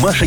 Маша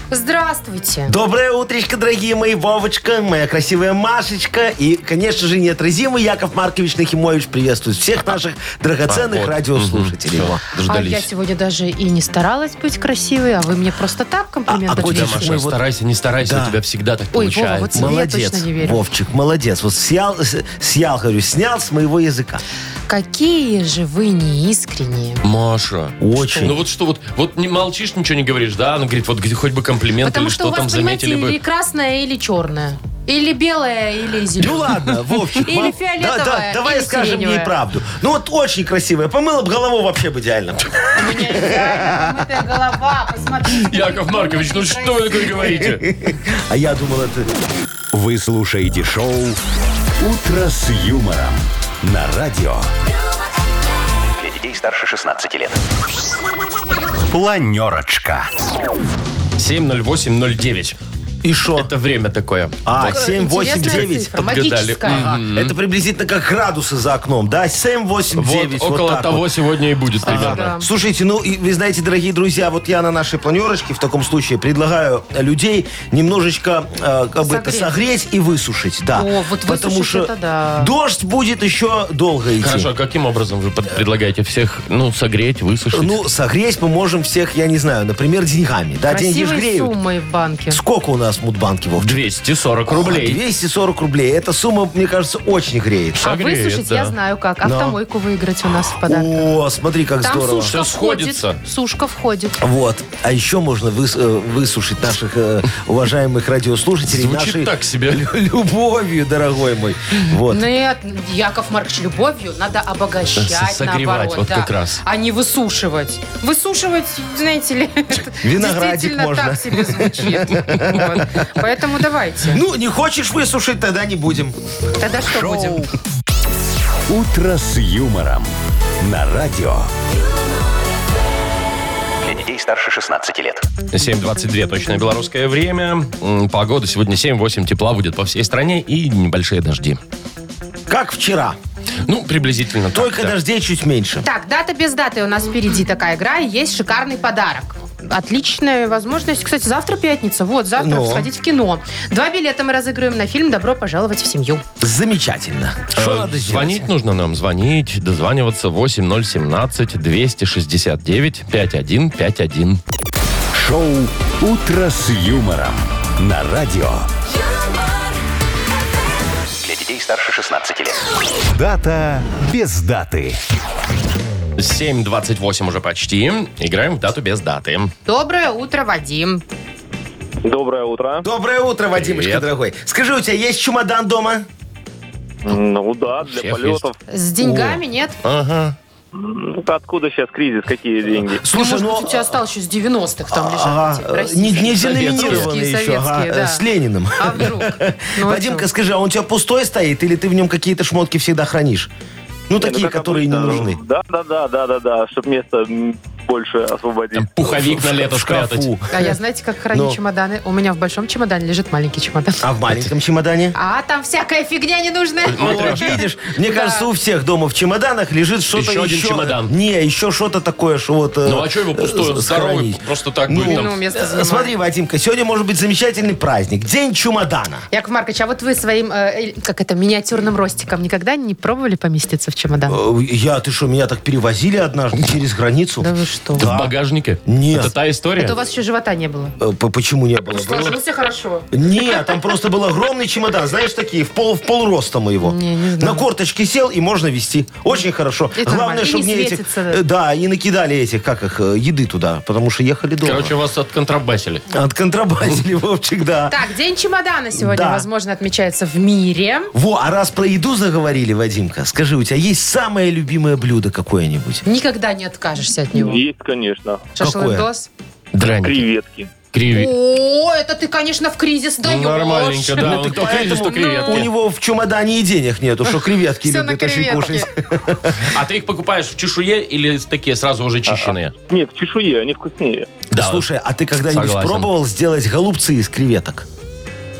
Здравствуйте. Доброе утречко, дорогие мои, Вовочка, моя красивая Машечка и, конечно же, неотразимый Яков Маркович Нахимович приветствует всех наших драгоценных Вот. радиослушателей. Всё, А я дождались. сегодня даже и не старалась быть красивой, а вы мне просто так А- а комплименты куда, Да, отвечаете. Маша, Ой, вот- старайся, не старайся, Да. у тебя всегда так Ой, Вова, вот получается. Я Молодец, точно не верю. Вовчик, молодец. Вот съел, с- съел, говорю, снял с моего языка. Какие же вы неискренние. Маша. Очень. Ну вот что, вот, вот не молчишь, ничего не говоришь, да? Она говорит, вот где- хоть бы комплимент Потому или что что, у вас, там понимаете, заметили или бы. красное, или черное. Или белое, или Ну зеленое. ладно, Вовчик. Или мам, фиолетовая, да- да, или Давай скажем ей сиреневая. правду. Ну вот очень красивая. Помыла бы голову вообще бы идеально. У меня идеально помытая голова, посмотрите. Яков Маркович, ну что вы такое говорите? А я думал, это... Вы слушаете шоу «Утро с юмором» на радио. Для детей старше 16 лет. Планерочка. 7.08.09. И шо? Это время такое. А, семь, восемь, Интересная девять. цифра, Подгадали. магическая. Ага, Это приблизительно как градусы за окном, да? 7, 8, Вот 9. около того сегодня и будет примерно. Да. Слушайте, ну, и вы знаете, дорогие друзья, вот я на нашей планерочке в таком случае предлагаю э, людей немножечко э, как бы это, Согреть. согреть и высушить, да. О, вот Потому высушить что это да. дождь будет еще долго идти. Хорошо, а каким образом вы под- предлагаете всех, ну, согреть, высушить? Ну, согреть мы можем всех, я не знаю, например, деньгами. Да, А деньги ж Красивой греют. суммой в банке. Сколько у нас в Мудбанке, Вовчик? 240 а, рублей. 240 рублей. Эта сумма, мне кажется, очень греет. А Согреет, высушить да. я знаю как. Автомойку выиграть у нас в подарок. О, смотри, как Там здорово. сушка Всё входит. сходится. Сушка входит. Вот. А еще можно выс- э, высушить наших э, уважаемых радиослушателей Звучит нашей так себе. лю- любовью, дорогой мой. Вот. Нет, Ну Яков Маркович, любовью надо обогащать, Согревать, наоборот. вот да, как раз. А не высушивать. Высушивать, знаете ли, это Виноградик действительно можно. так себе звучит. Вот. Поэтому давайте. Ну, не хочешь высушить, тогда не будем. Тогда что будем? «Утро с юмором» на радио. Для детей старше 16 лет. 7.22 точное белорусское время. М, Погода сегодня 7-8 тепла будет по всей стране и небольшие дожди. Как вчера. Ну, приблизительно так, Только да. дождей чуть меньше. Так, дата без даты у нас впереди такая игра. и Есть шикарный подарок. Отличная возможность. Кстати, завтра пятница. Вот, завтра Ну. сходить в кино. Два билета мы разыгрываем на фильм «Добро пожаловать в семью». Замечательно. Что Э, надо звонить сделать? нужно нам, звонить, дозваниваться 8017-269-5151. Шоу «Утро с юмором» на радио. Для детей старше 16 лет. Дата без даты. 7.28 уже почти. Играем в дату без даты. Доброе утро, Вадим. Доброе утро. Доброе утро, Вадимочка, Привет. дорогой. Скажи, у тебя есть чемодан дома? Ну да, для Всех полетов. С деньгами, нет? Ага. Ну, Откуда сейчас кризис? Э, Какие деньги? Слушай, ну, может, у ну, тебя осталось еще с 90-х там лежат. ага, эти, э, простите. не, не Советские, деноминированный еще, ага, советские, э, да. с Лениным. А вдруг? Ну, а Вадимка, чё? скажи, а он у тебя пустой стоит или ты в нем какие-то шмотки всегда хранишь? Ну, такие, которые не нужны. ну, Да, да, да, да, да, да, чтобы место м, больше Там освободить. Эм, пуховик на лето В спрятать. шкафу. А я, знаете, как храню Ну. чемоданы? У меня в большом чемодане лежит маленький чемодан. А в маленьком чемодане? А там всякая фигня ненужная. Ну, Вот, видишь, мне кажется, у всех дома в чемоданах лежит что-то Еще еще. один чемодан. Не, еще что-то такое, что вот... э, Ну а что его пустой? Он э, здоровый, сохранить. просто так Ну, будет Ну, там. место Э, занимает. Смотри, Вадимка, сегодня может быть замечательный праздник. День чемодана. Яков Маркович, а вот вы своим, э, э, как это, миниатюрным ростиком никогда не пробовали поместиться в чемодан? Э, Я, ты что, меня так перевозили однажды через границу? Да вы что? В багажнике? Нет. Это та история? Это у вас еще живота не было. Э, по- Почему не было? Сложился хорошо. Нет, там просто был огромный чемодан, знаешь, такие, в пол, в полроста моего. Не, не знаю. На корточке сел и можно вести. Очень хорошо. И нормально. Главное, И чтобы не мне этих... светится, да. э, Да, и накидали этих, как их, э, еды туда, потому что ехали долго. Короче, вас отконтрабасили. От контрабандили, Вовчик, да. Так, день чемодана сегодня, Да. возможно, отмечается в мире. Во, а раз про еду заговорили, Вадимка, скажи, у тебя есть самое любимое блюдо какое-нибудь? Никогда не откажешься от него. Есть, конечно. Шашлык-дос. Драники. Креветки. Креветки. О, это ты, конечно, в кризис даешь. Нормальненько, да. Он то кризис, ну, то У креветки. него в чемодане и денег нету, что креветки Всё на любит очень креветке. кушать. А ты их покупаешь в чешуе или такие сразу уже чищенные? Нет, в чешуе, они вкуснее. Да. Слушай, а ты когда-нибудь Согласен. пробовал сделать голубцы из креветок?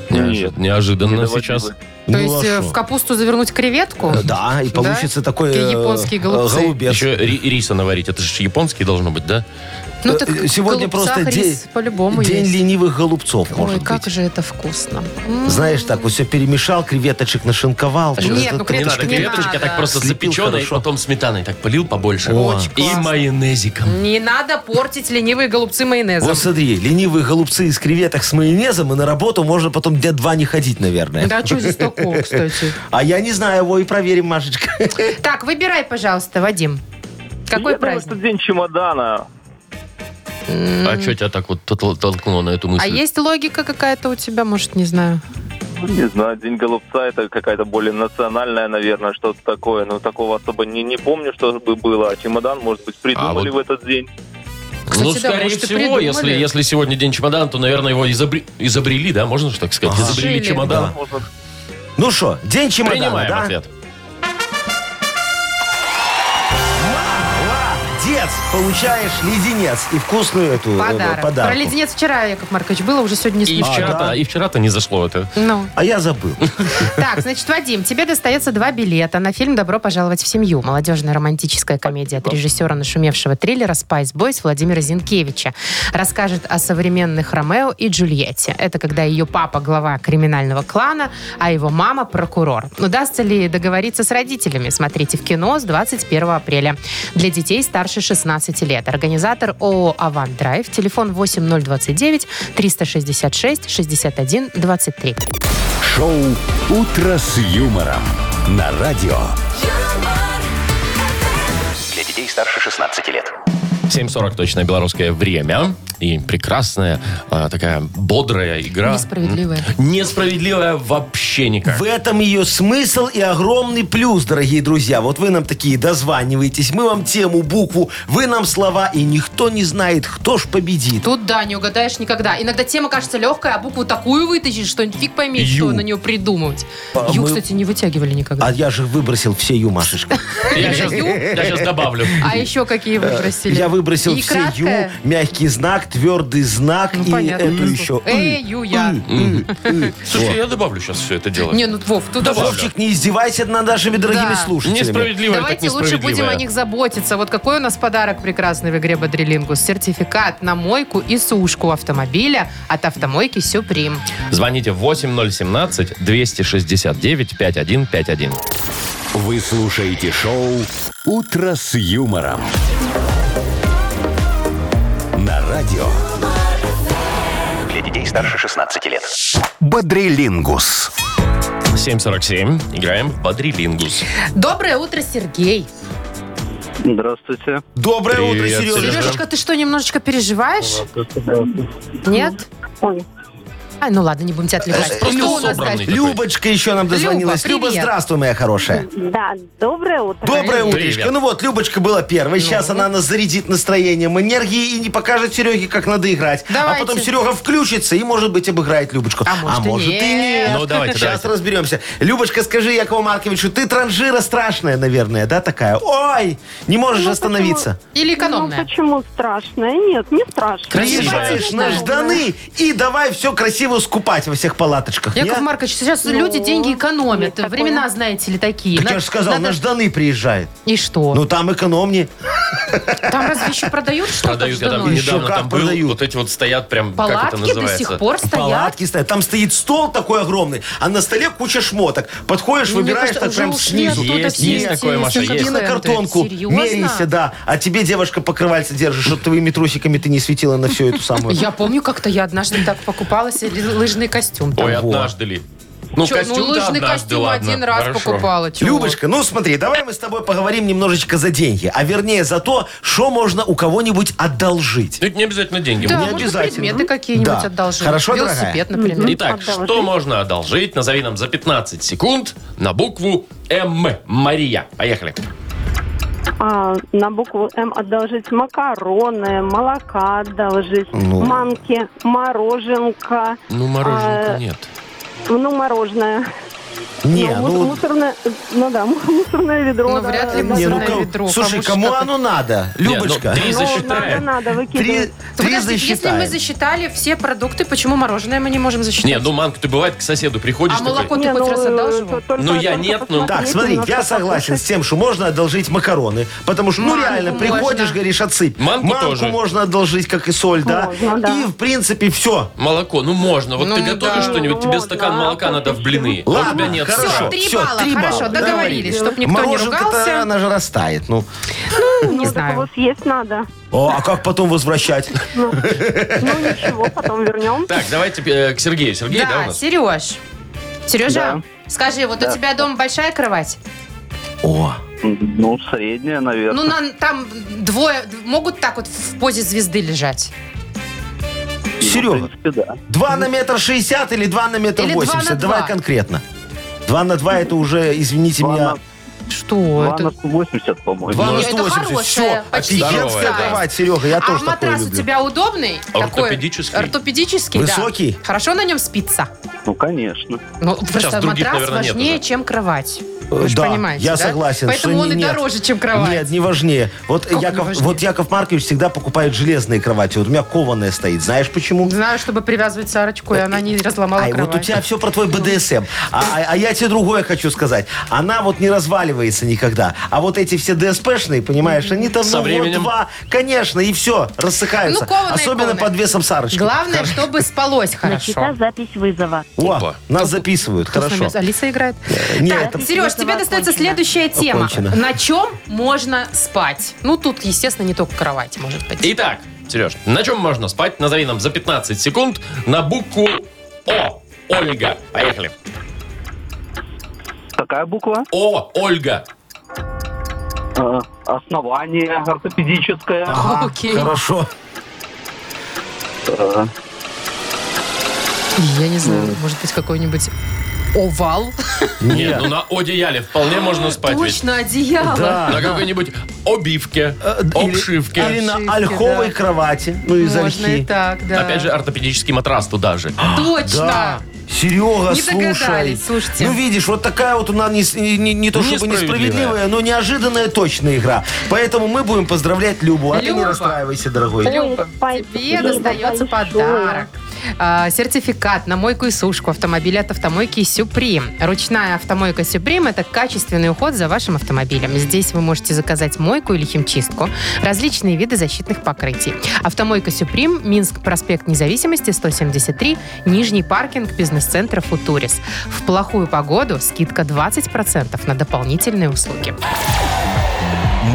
Неожи- Неожиданно Не доводилось. сейчас. То Ну, есть а э, шо? в капусту завернуть креветку? Да, и получится такой... Такие э, японские э, голубцы. голубец. Еще ри- риса наварить. Это же японский должно быть, да? Ну, Э, так э, Сегодня в голубцах просто день, рис по-любому день есть. ленивых голубцов, Ой, может как быть. же это вкусно. Знаешь, так вот все перемешал, креветочек нашинковал. чё Нет, ну, Не надо Креветочки не креветочек, я надо. так просто Слепил запеченный, хорошо. потом сметаной так полил побольше. Очень И классно. майонезиком. Не надо портить ленивые голубцы майонезом. Вот смотри, ленивые голубцы из креветок с майонезом, и на работу можно потом дня два не ходить, наверное. Да, что здесь такого, кстати? А я не знаю его, и проверим, Машечка. Так, выбирай, пожалуйста, Вадим. Какой Ну, Я думаю, праздник? что день чемодана. А что тебя так вот тол- толкнуло на эту мысль? А есть логика какая-то у тебя, может, не знаю. Ну, Не знаю, День голубца это какая-то более национальная, наверное, что-то такое. Но такого особо не, не помню, что бы было. А чемодан, может быть, придумали А вот- в этот день. Кстати, ну, да, скорее может, и всего, придумали. если, если сегодня день чемодана, то, наверное, его изобре- изобрели, да, можно же так сказать? Ага. Изобрели Сшили. чемодан. Можно Ну что, день чемодана, Принимаем да? ответ. Молодец! Получаешь леденец и вкусную эту э, Подарок. Про подарку. леденец вчера, Яков Маркович, было уже сегодня не И смешно. вчера-то, да. и вчера-то не зашло это. Ну, А я забыл. так, значит, Вадим, тебе достается два билета на фильм «Добро пожаловать в семью». Молодежная романтическая комедия от режиссера нашумевшего триллера «Спайс Бойс» Владимира Зинкевича. Расскажет о современных Ромео и Джульетте. Это когда ее папа – глава криминального клана, а его мама – прокурор. Удастся ли договориться с родителями? Смотрите в кино с 21 апреля. Для детей старше 16 лет. Организатор ООО «Аван Драйв». Телефон 8029 366 61 23. Шоу «Утро с юмором» на радио. Для детей старше 16 лет. 7.40 точно белорусское время. И прекрасная, а, такая бодрая игра. Несправедливая. Несправедливая вообще никак. В этом ее смысл и огромный плюс, дорогие друзья. Вот вы нам такие дозваниваетесь, мы вам тему, букву, вы нам слова, и никто не знает, кто ж победит. Тут да, не угадаешь никогда. Иногда тема кажется легкая, а букву такую вытащишь, что фиг пойми, Ю. что на нее придумывать. А Ю, мы- кстати, не вытягивали никогда. А А, я же выбросил все ю, Машечка. Я сейчас, добавлю. еще А какие выбросили? Э, Я выбросил И все ю, краткая? мягкий знак, твердый знак Ну, и понятно. эту еще. Эй, ю, я. Слушай, я добавлю сейчас все это дело. Не, ну, Вов, тут Добавлю. уже- Вовчик, не издевайся над нашими дорогими Да. слушателями. Несправедливая, так Давайте лучше несправедливая. будем о них заботиться. Вот какой у нас подарок прекрасный в игре Бодрилингус. Сертификат на мойку и сушку автомобиля от автомойки Сюприм. Звоните 8017-269-5151. Вы слушаете шоу «Утро с юмором» на радио. Для детей старше 16 лет. Бодрилингус. 7.47. Играем в Бодрилингус. Доброе утро, Сергей. Здравствуйте. Доброе утро, Привет, Сережа. Сережа. Сережечка, ты что, немножечко переживаешь? Нет? Ай, ну ладно, не будем тебя отвлекать. Просто Что у нас собранный. дальше? такой. Любочка еще нам дозвонилась. Люба, Люба, привет. здравствуй, моя хорошая. Да, доброе утро. Доброе Привет. утречко. Ну вот, Любочка была первой. Ну. Сейчас она нас зарядит настроением энергии и не покажет Сереге, как надо играть. А Давайте. потом Серега включится и, может быть, обыграет Любочку. А может, и нет. Ну, давайте, Сейчас давайте. разберемся. Любочка, скажи Якову Марковичу, ты транжира страшная, наверное, да, такая? Ой, не можешь Ну, остановиться. Или Ну экономная? почему страшное? Нет, не страшно. Красивая. Понимаешь, на жданы и давай все красиво скупать во всех палаточках. Яков не? Маркович, сейчас люди деньги экономят. есть такое. Времена, знаете ли, такие. Так На- я же сказал, надо- на жданы приезжает. И что? Ну там экономнее. там разве еще продают что-то? Продают, я там ждано? Еще недавно как там был, продают. вот эти вот стоят прям, как это Палатки до называется? сих пор стоят. Палатки стоят. Там стоит стол такой огромный, а на столе куча шмоток. Подходишь, Ну, мне выбираешь кажется, так уже прям ушли снизу. оттуда Есть, все есть эти такое, Маша, есть. И на инфоконтенты. картонку Серьезно? меряйся, да. А тебе девушка покрывальце держит, чтобы твоими трусиками ты не светила на всю эту самую. Я помню, как-то я однажды так покупала себе лыжный костюм. там. Ой, однажды ли? Ну, Чё, ну, костюм-то однажды, лыжный костюм ладно. один раз Хорошо. покупала. чего? Любочка, ну смотри, давай мы с тобой поговорим немножечко за деньги, а вернее за то, что можно у кого-нибудь одолжить. Ну, Это не обязательно деньги. Да, не можно обязательно. предметы какие-нуть Да. одолжить. Хорошо, дорогая? Велосипед, например. Итак, Одолжить. что можно одолжить? Назови нам за 15 секунд на букву М. Мария. Поехали. А, на букву М одолжить макароны, молока одолжить, Ну. манки, мороженка. Ну, мороженка А, нет. Ну, мороженое. Не, ну, му- ну... мусорное, ну да, му- мусорное ведро. Ну, да, вряд ли да, Не, мусорное ну да. мусорное кому- ведро, слушай, кому ж кому так- оно надо? Не, ну, Любочка. три Ну, засчитаем. надо, надо Три, выкидывать. три Подождите, если мы засчитаем. засчитали все продукты, почему мороженое мы не можем засчитать? Не, ну, Манка, ты бывает к соседу приходишь а такой, молоко ты Не, хоть раз э, одалживал? то- только- Ну, я только нет, ну. посмотреть, Так, смотри, немножко я согласен с послушать. тем, что можно одолжить макароны, потому что, ну, Манку реально, можно. приходишь, говоришь, отсыпь. Манку тоже. можно одолжить, как и соль, да? Можно, да. И, в принципе, все. молоко, ну, можно. Вот Ну, ты да. готовишь что-нибудь, тебе Можно, стакан а молока то надо в блины. а у Ладно, тебя нет. хорошо. сыра. Все, три всё, балла, три хорошо, балла, договорились, договорились. чтобы никто не Мороженка-то, ругался. она же растает, ну. Не Ну, так знаю. вот съесть надо. О, а как потом возвращать? Ну, ничего, потом вернем. Так, давайте э, к Сергею. Сергей, да, у Да, нас? Сереж. Сережа, скажи, вот у Да. тебя дома большая кровать? О, Ну, средняя, Ну, наверное. на- там двое могут так вот в позе звезды лежать? Серега, да. 2 на метр 60 или 2 на метр Или 80? два на Давай два. конкретно. 2 на 2 это уже, извините Два меня, на- Ну, Что это? 80, по-моему. Ну, два на Ну, это 180. хорошая, Все, почти офигенская здоровая, да. кровать, Серега, я а тоже такое матрас у люблю. тебя удобный? Такой Ортопедический. ортопедический, да. Высокий? Хорошо на нем спится? Ну, конечно. Ну, просто других, матрас наверное, нет важнее, уже. чем кровать. Вы Э, же да, понимаете, я да? согласен, Поэтому что он и не- нет. дороже, чем кровать. Нет, не важнее. Вот Как не Яков, важнее? вот Яков Маркович всегда покупает железные кровати. Вот у меня кованая стоит. Знаешь почему? Знаю, чтобы привязывать Сарочку, и она не разломала Ай, кровать. а вот у тебя все про твой БДСМ. А, а- а я тебе другое хочу сказать. Она вот не разваливается никогда. А вот эти все ДСПшные, понимаешь, они там Со ну, временем. год-два, конечно, и все, рассыхаются. Ну, кованые, Особенно кованые. под весом Сарочки. Главное, чтобы спалось хорошо. запись вызова. О, Опа. нас записывают, Кто с нами? хорошо. Алиса играет. Не, так, это- Сереж, тебе Вызова достается окончена. следующая тема. Окончена. На чем можно спать? Ну, тут, естественно, не только кровать может быть. Итак, Сереж, на чем можно спать? Назови нам за 15 секунд на букву О. Ольга. Поехали. Какая буква? О, Ольга. Э, Основание ортопедическое. Ага, Окей. Хорошо. Э, Я не знаю, может быть, какой-нибудь овал? Нет, ну на одеяле вполне можно спать ведь. Точно, одеяло. Да. На какой-нибудь обивке, Э, д- или- обшивке. Или, Обшивке, на ольховой да. кровати. Ну, из Можно ольхи. и так, да. Опять же, ортопедический матрас туда же. Точно. а, Да. Серега, Не слушай. догадались, слушайте. Ну, видишь, вот такая вот у нас не, не- не то чтобы Несправедливая. несправедливая, но неожиданная точная игра. Поэтому мы будем поздравлять Любу. А ты не Люба. расстраивайся, дорогой. Люба, спасибо тебе достается большое. подарок. А, Сертификат на мойку и сушку автомобиля от автомойки «Сюприм». Ручная автомойка «Сюприм» – это качественный уход за вашим автомобилем. Здесь вы можете заказать мойку или химчистку, различные виды защитных покрытий. Автомойка «Сюприм», Минск, проспект Независимости, 173, Нижний паркинг бизнес-центра «Футурис». В плохую погоду скидка 20% на дополнительные услуги.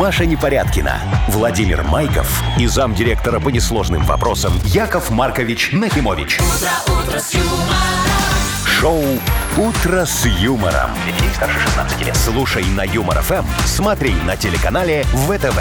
Маша Непорядкина, Владимир Майков и замдиректора по несложным вопросам Яков Маркович Нахимович. Шоу Утро с юмором. Детей старше 16 лет. Слушай на юмор ФМ, смотри на телеканале ВТВ.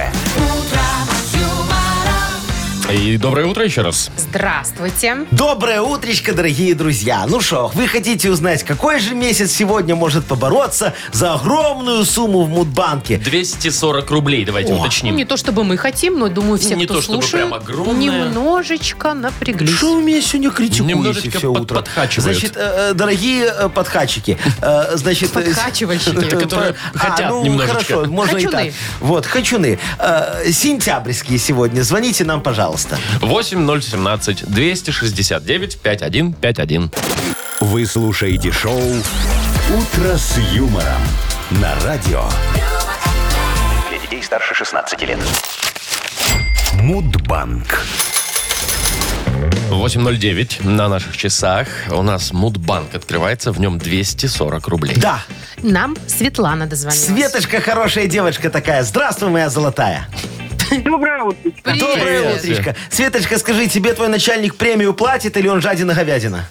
И доброе утро еще раз. Здравствуйте. Доброе утречко, дорогие друзья. Ну что, вы хотите узнать, какой же месяц сегодня может побороться за огромную сумму в Мудбанке? 240 рублей, давайте Ну, уточним. не то чтобы мы хотим, но думаю, все, Не кто то чтобы слушает, прям огромное. немножечко напряглись. Что вы меня сегодня критикуете Немножечко все под- утро? подхачивают. Значит, э, э, дорогие э, подхачики, э, значит... э, Подкачивальщики. которые А, хотят ну, немножечко. хорошо, можно и Хочуны. так. Вот, хочуны. Э, Сентябрьские сегодня. Звоните нам, пожалуйста. 8017 269 5151. Вы слушаете шоу Утро с юмором на радио Для детей старше 16 лет. Мудбанк. 809 на наших часах. У нас Мудбанк открывается, в нем 240 рублей. Да, Нам Светлана дозвонилась. Светочка хорошая девочка такая. Здравствуй, моя золотая. Доброе утро. Привет. Доброе утречко. Светочка, скажи, тебе твой начальник премию платит или он жадина говядина?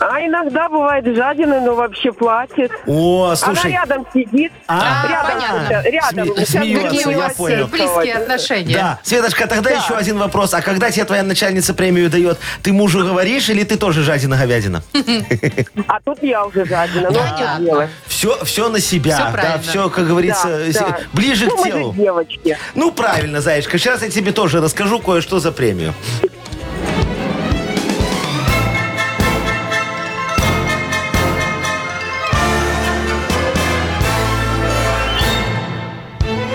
А иногда бывает жадина, но вообще платит. О, слушай. Она рядом сидит. А, рядом, понятно. рядом. Сме- Сейчас смеется, буду Какие у я вас понял. э, близкие отношения. Да, Светочка, тогда еще один вопрос. А когда тебе твоя начальница премию дает, ты мужу говоришь или ты тоже жадина-говядина? А тут я уже жадина. Ну, Понятно. что делать? Все, все на себя. Всё да, правильно. все, как говорится, Да, с- да. ближе Ну, к мы телу. же девочки. Ну, правильно, Зайчка. Сейчас я тебе тоже расскажу кое-что за премию.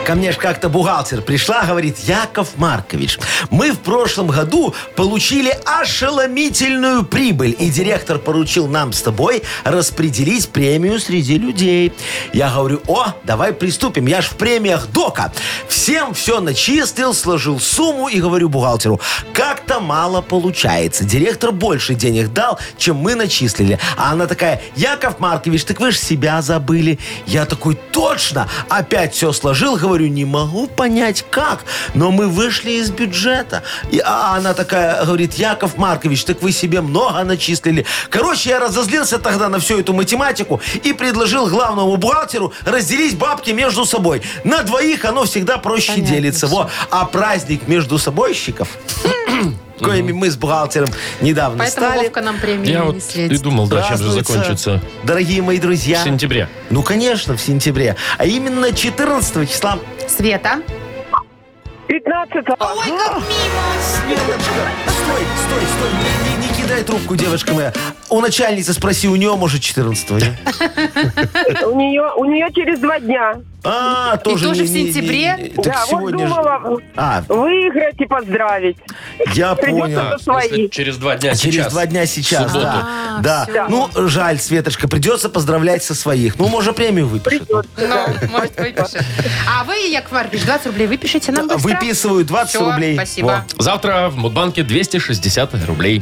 Ко мне ж как-то бухгалтер пришла, говорит, Яков Маркович, мы в прошлом году получили ошеломительную прибыль, и директор поручил нам с тобой распределить премию среди людей. Я говорю, о, давай приступим, я ж в премиях дока. Всем все начистил, сложил сумму и говорю бухгалтеру, как-то мало получается. Директор больше денег дал, чем мы начислили. А она такая, Яков Маркович, так вы ж себя забыли. Я такой, точно, опять все сложил, говорю, не могу понять как, но мы вышли из бюджета. И, а она такая говорит, Яков Маркович, так вы себе много начислили. Короче, я разозлился тогда на всю эту математику и предложил главному бухгалтеру разделить бабки между собой. На двоих оно всегда проще делится. Во. А праздник между собойщиков, коими мы с бухгалтером недавно Поэтому стали, Вовка нам премию Я не вот и светит. думал, да, чем же Здравствуйте, закончится Дорогие мои в друзья. сентябре. Ну, конечно, в сентябре. А именно 14 числа. Света. 15 Светочка, стой, стой, стой. Не, не- не кидай трубку, девочка моя. У начальницы спроси, у нее, может, 14 не? у нее, у нее через два дня. А, тоже, тоже не- в не- не- сентябре? не- так Да, вот сегодня же- думала А, выиграть и поздравить. я Придется понял. за свои. через два дня А Через А сейчас. два дня сейчас, субботу. да. А, да. всё. Ну, жаль, Светочка, придется поздравлять со своих. Ну, может, премию выпишет. Ну, может, выпишет. А вы, Яков Маркович, 20 рублей выпишите нам быстро. Выписываю 20 Всё, рублей. спасибо. Завтра в Мудбанке 260 рублей.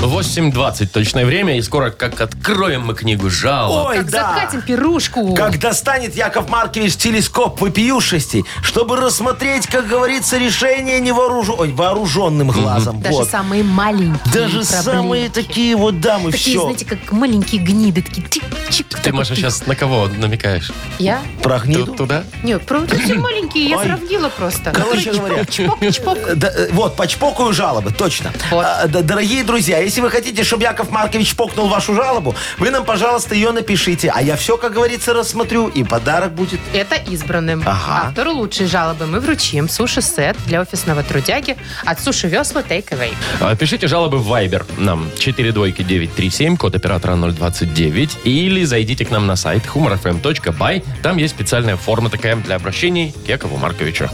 8.20 точное время, и скоро как откроем мы книгу Во. жалоб. Ой, Как да. закатим пирушку. Когда станет Яков Маркович телескоп вопиюшести, чтобы рассмотреть, как говорится, решение невооружу... Ой, вооруженным глазом. Даже вот. самые маленькие Даже проблемки. самые такие вот дамы, Такие, все. знаете, как маленькие гниды. Такие чик-чик. Ты, такой Маша, пик. сейчас на кого намекаешь? Я? Про Ту- гниду? Туда? Нет, просто все маленькие, я Ой. сравнила просто. Короче Чпок, говоря. чпок, чпок. Э, да, э, вот, почпокаю жалобы, точно. Вот. А, да, дорогие друзья, если вы хотите, чтобы Яков Маркович покнул вашу жалобу, вы нам, пожалуйста, ее напишите. А я все, как говорится, рассмотрю, и подарок будет. Это избранным. Ага. Автору лучшей жалобы мы вручим суши-сет для офисного трудяги от суши весла Take Away. А, Пишите жалобы в Viber нам 42937, код оператора 029, или зайдите к нам на сайт humorfm.by. Там есть специальная форма такая для обращений к Якову Марковичу.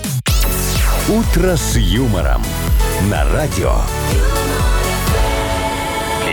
«Утро с юмором» на радио. Для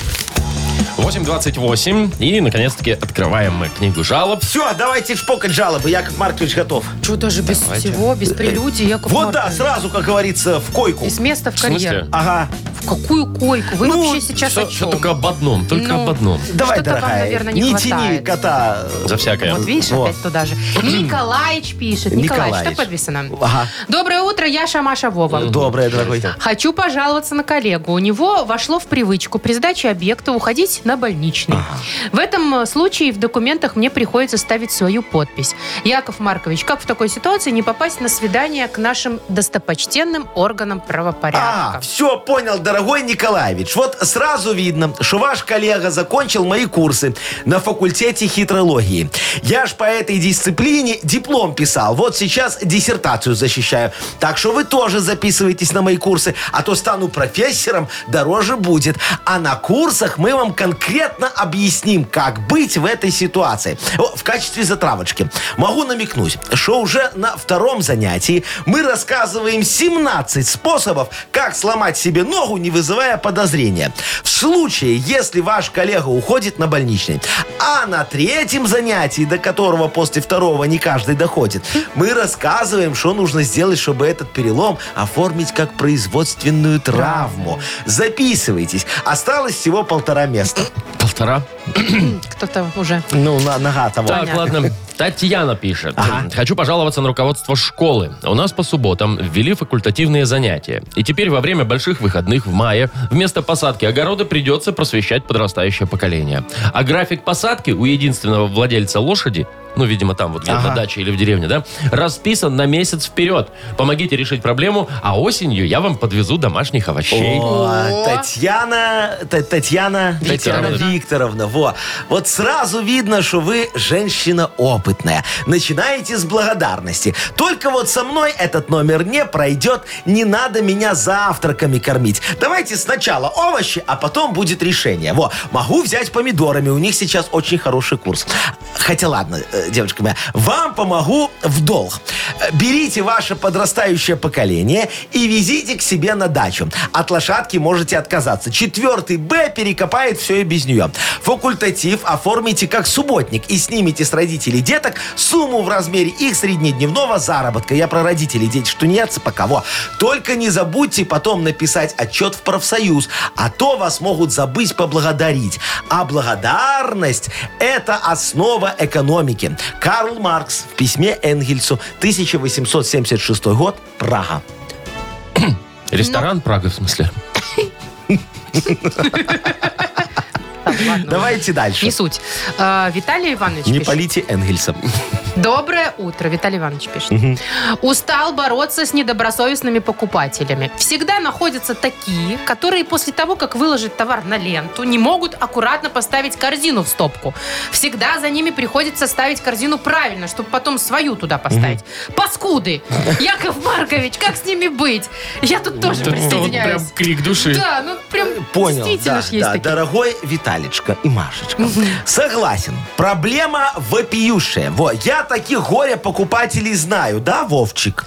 8.28, и, наконец-таки, открываем мы книгу жалоб. Все, давайте шпокать жалобы, Яков Маркович готов. Что, даже без всего, без прелюдии, Яков Вот да, Маркович? сразу, как говорится, в койку. И с места в В смысле? карьер. Ага, В какую койку? Вы Ну, вообще сейчас Все, о чем? только об одном, только Ну. об одном. давай, Что-то вам, дорогая. наверное, не тяни хватает. кота. э, За всякое. Вот видишь, Вот. опять туда же. Николаич пишет. Николаич, Николаич. что подписано? Ага. Доброе утро, Яша, Маша, Вова. Доброе, дорогой. Хочу пожаловаться на коллегу. У него вошло в привычку при сдаче объекта уходить на больничный. В этом э, случае в документах мне приходится ставить свою подпись. Яков Маркович, как в такой ситуации не попасть на свидание к нашим достопочтенным органам А, правопорядка? все понял, дорогой Николаевич. Вот сразу видно, что ваш коллега закончил мои курсы на факультете хитрологии. Я ж по этой дисциплине диплом писал. Вот сейчас диссертацию защищаю. Так что вы тоже записывайтесь на мои курсы, а то стану профессором, дороже будет. А на курсах мы вам конкретно объясним, как быть в этой ситуации. О, В качестве затравочки. Могу намекнуть, что уже на втором занятии мы рассказываем 17 способов, как сломать себе ногу, не вызывая подозрения. В случае, если ваш коллега уходит на больничный. А на третьем занятии, до которого после второго не каждый доходит, мы рассказываем, что нужно сделать, чтобы этот перелом оформить как производственную травму. Записывайтесь. Осталось всего полтора места. Полтора. Кто-то уже... Ну, на, нога того. Так, ладно. Татьяна пишет. Хочу пожаловаться на руководство школы. У нас по субботам ввели факультативные занятия. И теперь во время больших выходных в мае вместо посадки огорода придется просвещать подрастающее поколение. А график посадки у единственного владельца лошади ну, видимо, там вот где-то на даче или в деревне, да, расписан на месяц вперед. Помогите решить проблему, а осенью я вам подвезу домашних овощей. О, Татьяна, Та- Татьяна, Викторовна. Татьяна Викторовна, во. Вот сразу видно, что вы женщина опытная. Начинаете с благодарности. Только вот со мной этот номер не пройдет. Не надо меня завтраками кормить. Давайте сначала овощи, а потом будет решение. Во, могу взять помидорами. У них сейчас очень хороший курс. Хотя ладно, э, девочка моя, вам помогу в долг. Э, Берите ваше подрастающее поколение и везите к себе на дачу. От лошадки можете отказаться. Четвертый Б перекопает все и без нее. Факультатив оформите как субботник и снимите с родителей деток сумму в размере их среднедневного заработка. Я про родителей, дети, что нет, пока кого. Только не забудьте потом написать отчет в профсоюз, а то вас могут забыть поблагодарить. А благодарность – это основа экономики. Карл Маркс в письме Энгельсу, 1876 год, Прага. Ресторан Ну. Прага, в смысле. Так, ладно, Давайте дальше. Не суть. А, Виталий Иванович Не пишет. полите Энгельса. Доброе утро, Виталий Иванович пишет. Устал бороться с недобросовестными покупателями. Всегда находятся такие, которые после того, как выложить товар на ленту, не могут аккуратно поставить корзину в стопку. Всегда за ними приходится ставить корзину правильно, чтобы потом свою туда поставить. Паскуды! Яков Маркович, как с ними быть? Я тут тоже присоединяюсь. крик души. Да, ну прям Понял, действительно да, ж есть да. такие. дорогой Виталечка и Машечка. Согласен, проблема вопиющая. Во, я таких горе-покупателей знаю, да, Вовчик?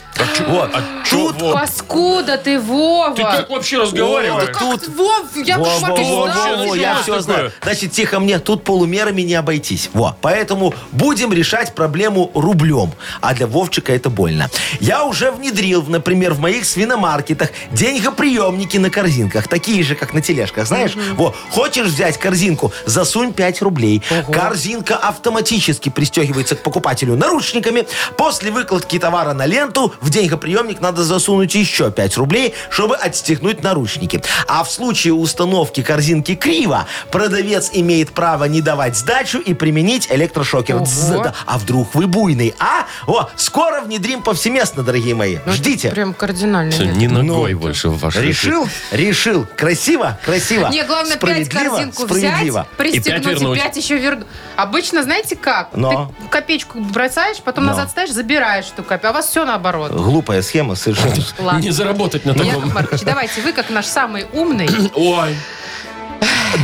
Вот. Тут Паскуда ты, Вова! вообще разговариваешь? Как тут- Вов, Яков Во, во, Маркович, во, знал во, во, же. я все знаю. Значит, тихо мне, тут полумерами не обойтись. Во, поэтому будем решать проблему рублем. А для Вовчика это больно. Я уже внедрил, в, например, в моих свиномаркетах деньгоприемники на корзинках. Такие же, как на тележках, знаешь? Во, хочешь взять корзинку, засунь 5 рублей. Корзинка автоматически пристегивается к покупателю наручниками. После выкладки товара на ленту в деньгоприемник надо засунуть еще 5 рублей, чтобы отстегнуть наручники. А в случае установки корзинки криво, продавец имеет право не давать сдачу и применить электрошокер. Ого. Дз, да. А вдруг вы буйный, а? О, скоро внедрим повсеместно, дорогие мои. Ждите. Ну, Прям кардинально. нет. Не ногой больше в ваш Решил? Решил. Красиво? Красиво. Не, главное пять Справедливо? корзинку взять, И Справедливо. пять пристегнуть и вернуть. пять еще вернуть. Обычно, знаете как? Но. Ты копеечку бросаешь, потом Но. назад ставишь, забираешь эту копию. А у вас все наоборот. Глупая схема совершенно. Ладно. Не заработать на Яков таком. Маркович, давайте, вы как наш самый умный. Ой.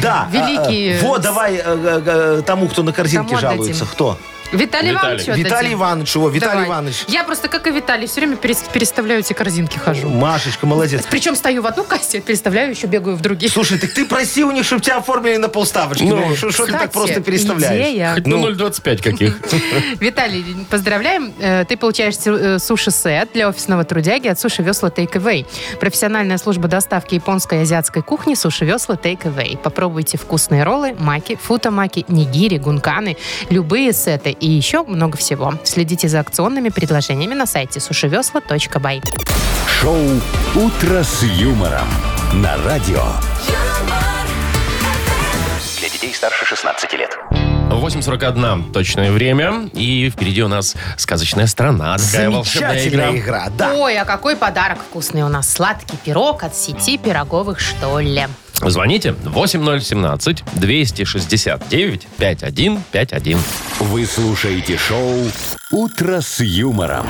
Да. Великие. э, э, Во, давай э, э, э, тому, кто на корзинке Кому отдадим? жалуется. Кто? Виталий Иванович Виталий Иванович. Его, Виталий Иванович. Я просто, как и Виталий, все время перес- переставляю эти корзинки хожу. Машечка, молодец. Причем стою в одну кассе, переставляю, еще бегаю в другие. Слушай, так ты проси у них, чтобы тебя оформили на полставочки. Ну, Ну, что ты так Кстати, просто переставляешь? идея. Хоть на Ну, 0,25 каких. Виталий, поздравляем. Э, Ты получаешь су- э, суши-сет для офисного трудяги от Суши Весла Take Away. Профессиональная служба доставки японской и азиатской кухни Суши Весла Take Away. Попробуйте вкусные роллы, маки, футамаки, нигири, гунканы, любые сеты и еще много всего. Следите за акционными предложениями на сайте сушивесла.бай. Шоу «Утро с юмором» на радио. Для детей старше 16 лет. 8.41 точное время. И впереди у нас сказочная страна. Такая волшебная игра. Замечательная игра. Да. Ой, а какой подарок вкусный у нас. Сладкий пирог от сети пироговых, что ли. Звоните 8017-269-5151. Вы слушаете шоу «Утро с юмором».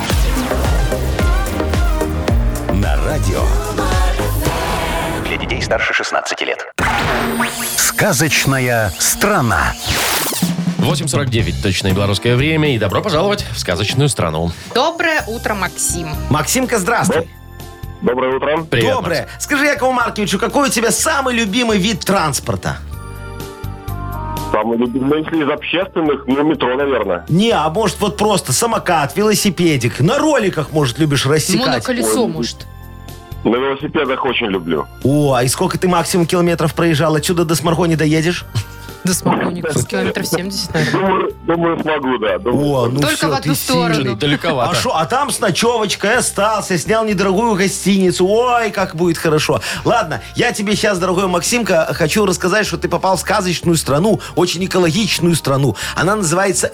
На радио Для детей старше 16 лет. «Сказочная страна». 8.49 точное белорусское время. И добро пожаловать в сказочную страну. Доброе утро, Максим. Максимка, здравствуй. Доброе утро. Привет, Доброе. Скажи, Якову Марковичу, какой у тебя самый любимый вид транспорта? Самый любимый, если из общественных, ну, метро, наверное. Не, а может вот просто самокат, велосипедик, на роликах, может, любишь Ему на рассекать. колесо, может. На велосипедах очень люблю. О, а и сколько ты максимум километров проезжал? Отсюда до Сморго не доедешь? До Смоковников километров 70, наверное. Думаю, думаю, смогу, да. думаю. О, ну Только всё, в одну ты сторону. сильный. Что-то ну далековато. А шо, а там с ночевочкой остался, снял недорогую гостиницу. Ой, как будет хорошо. Ладно, я тебе сейчас, дорогой Максимка, хочу рассказать, что ты попал в сказочную страну, очень экологичную страну. Она называется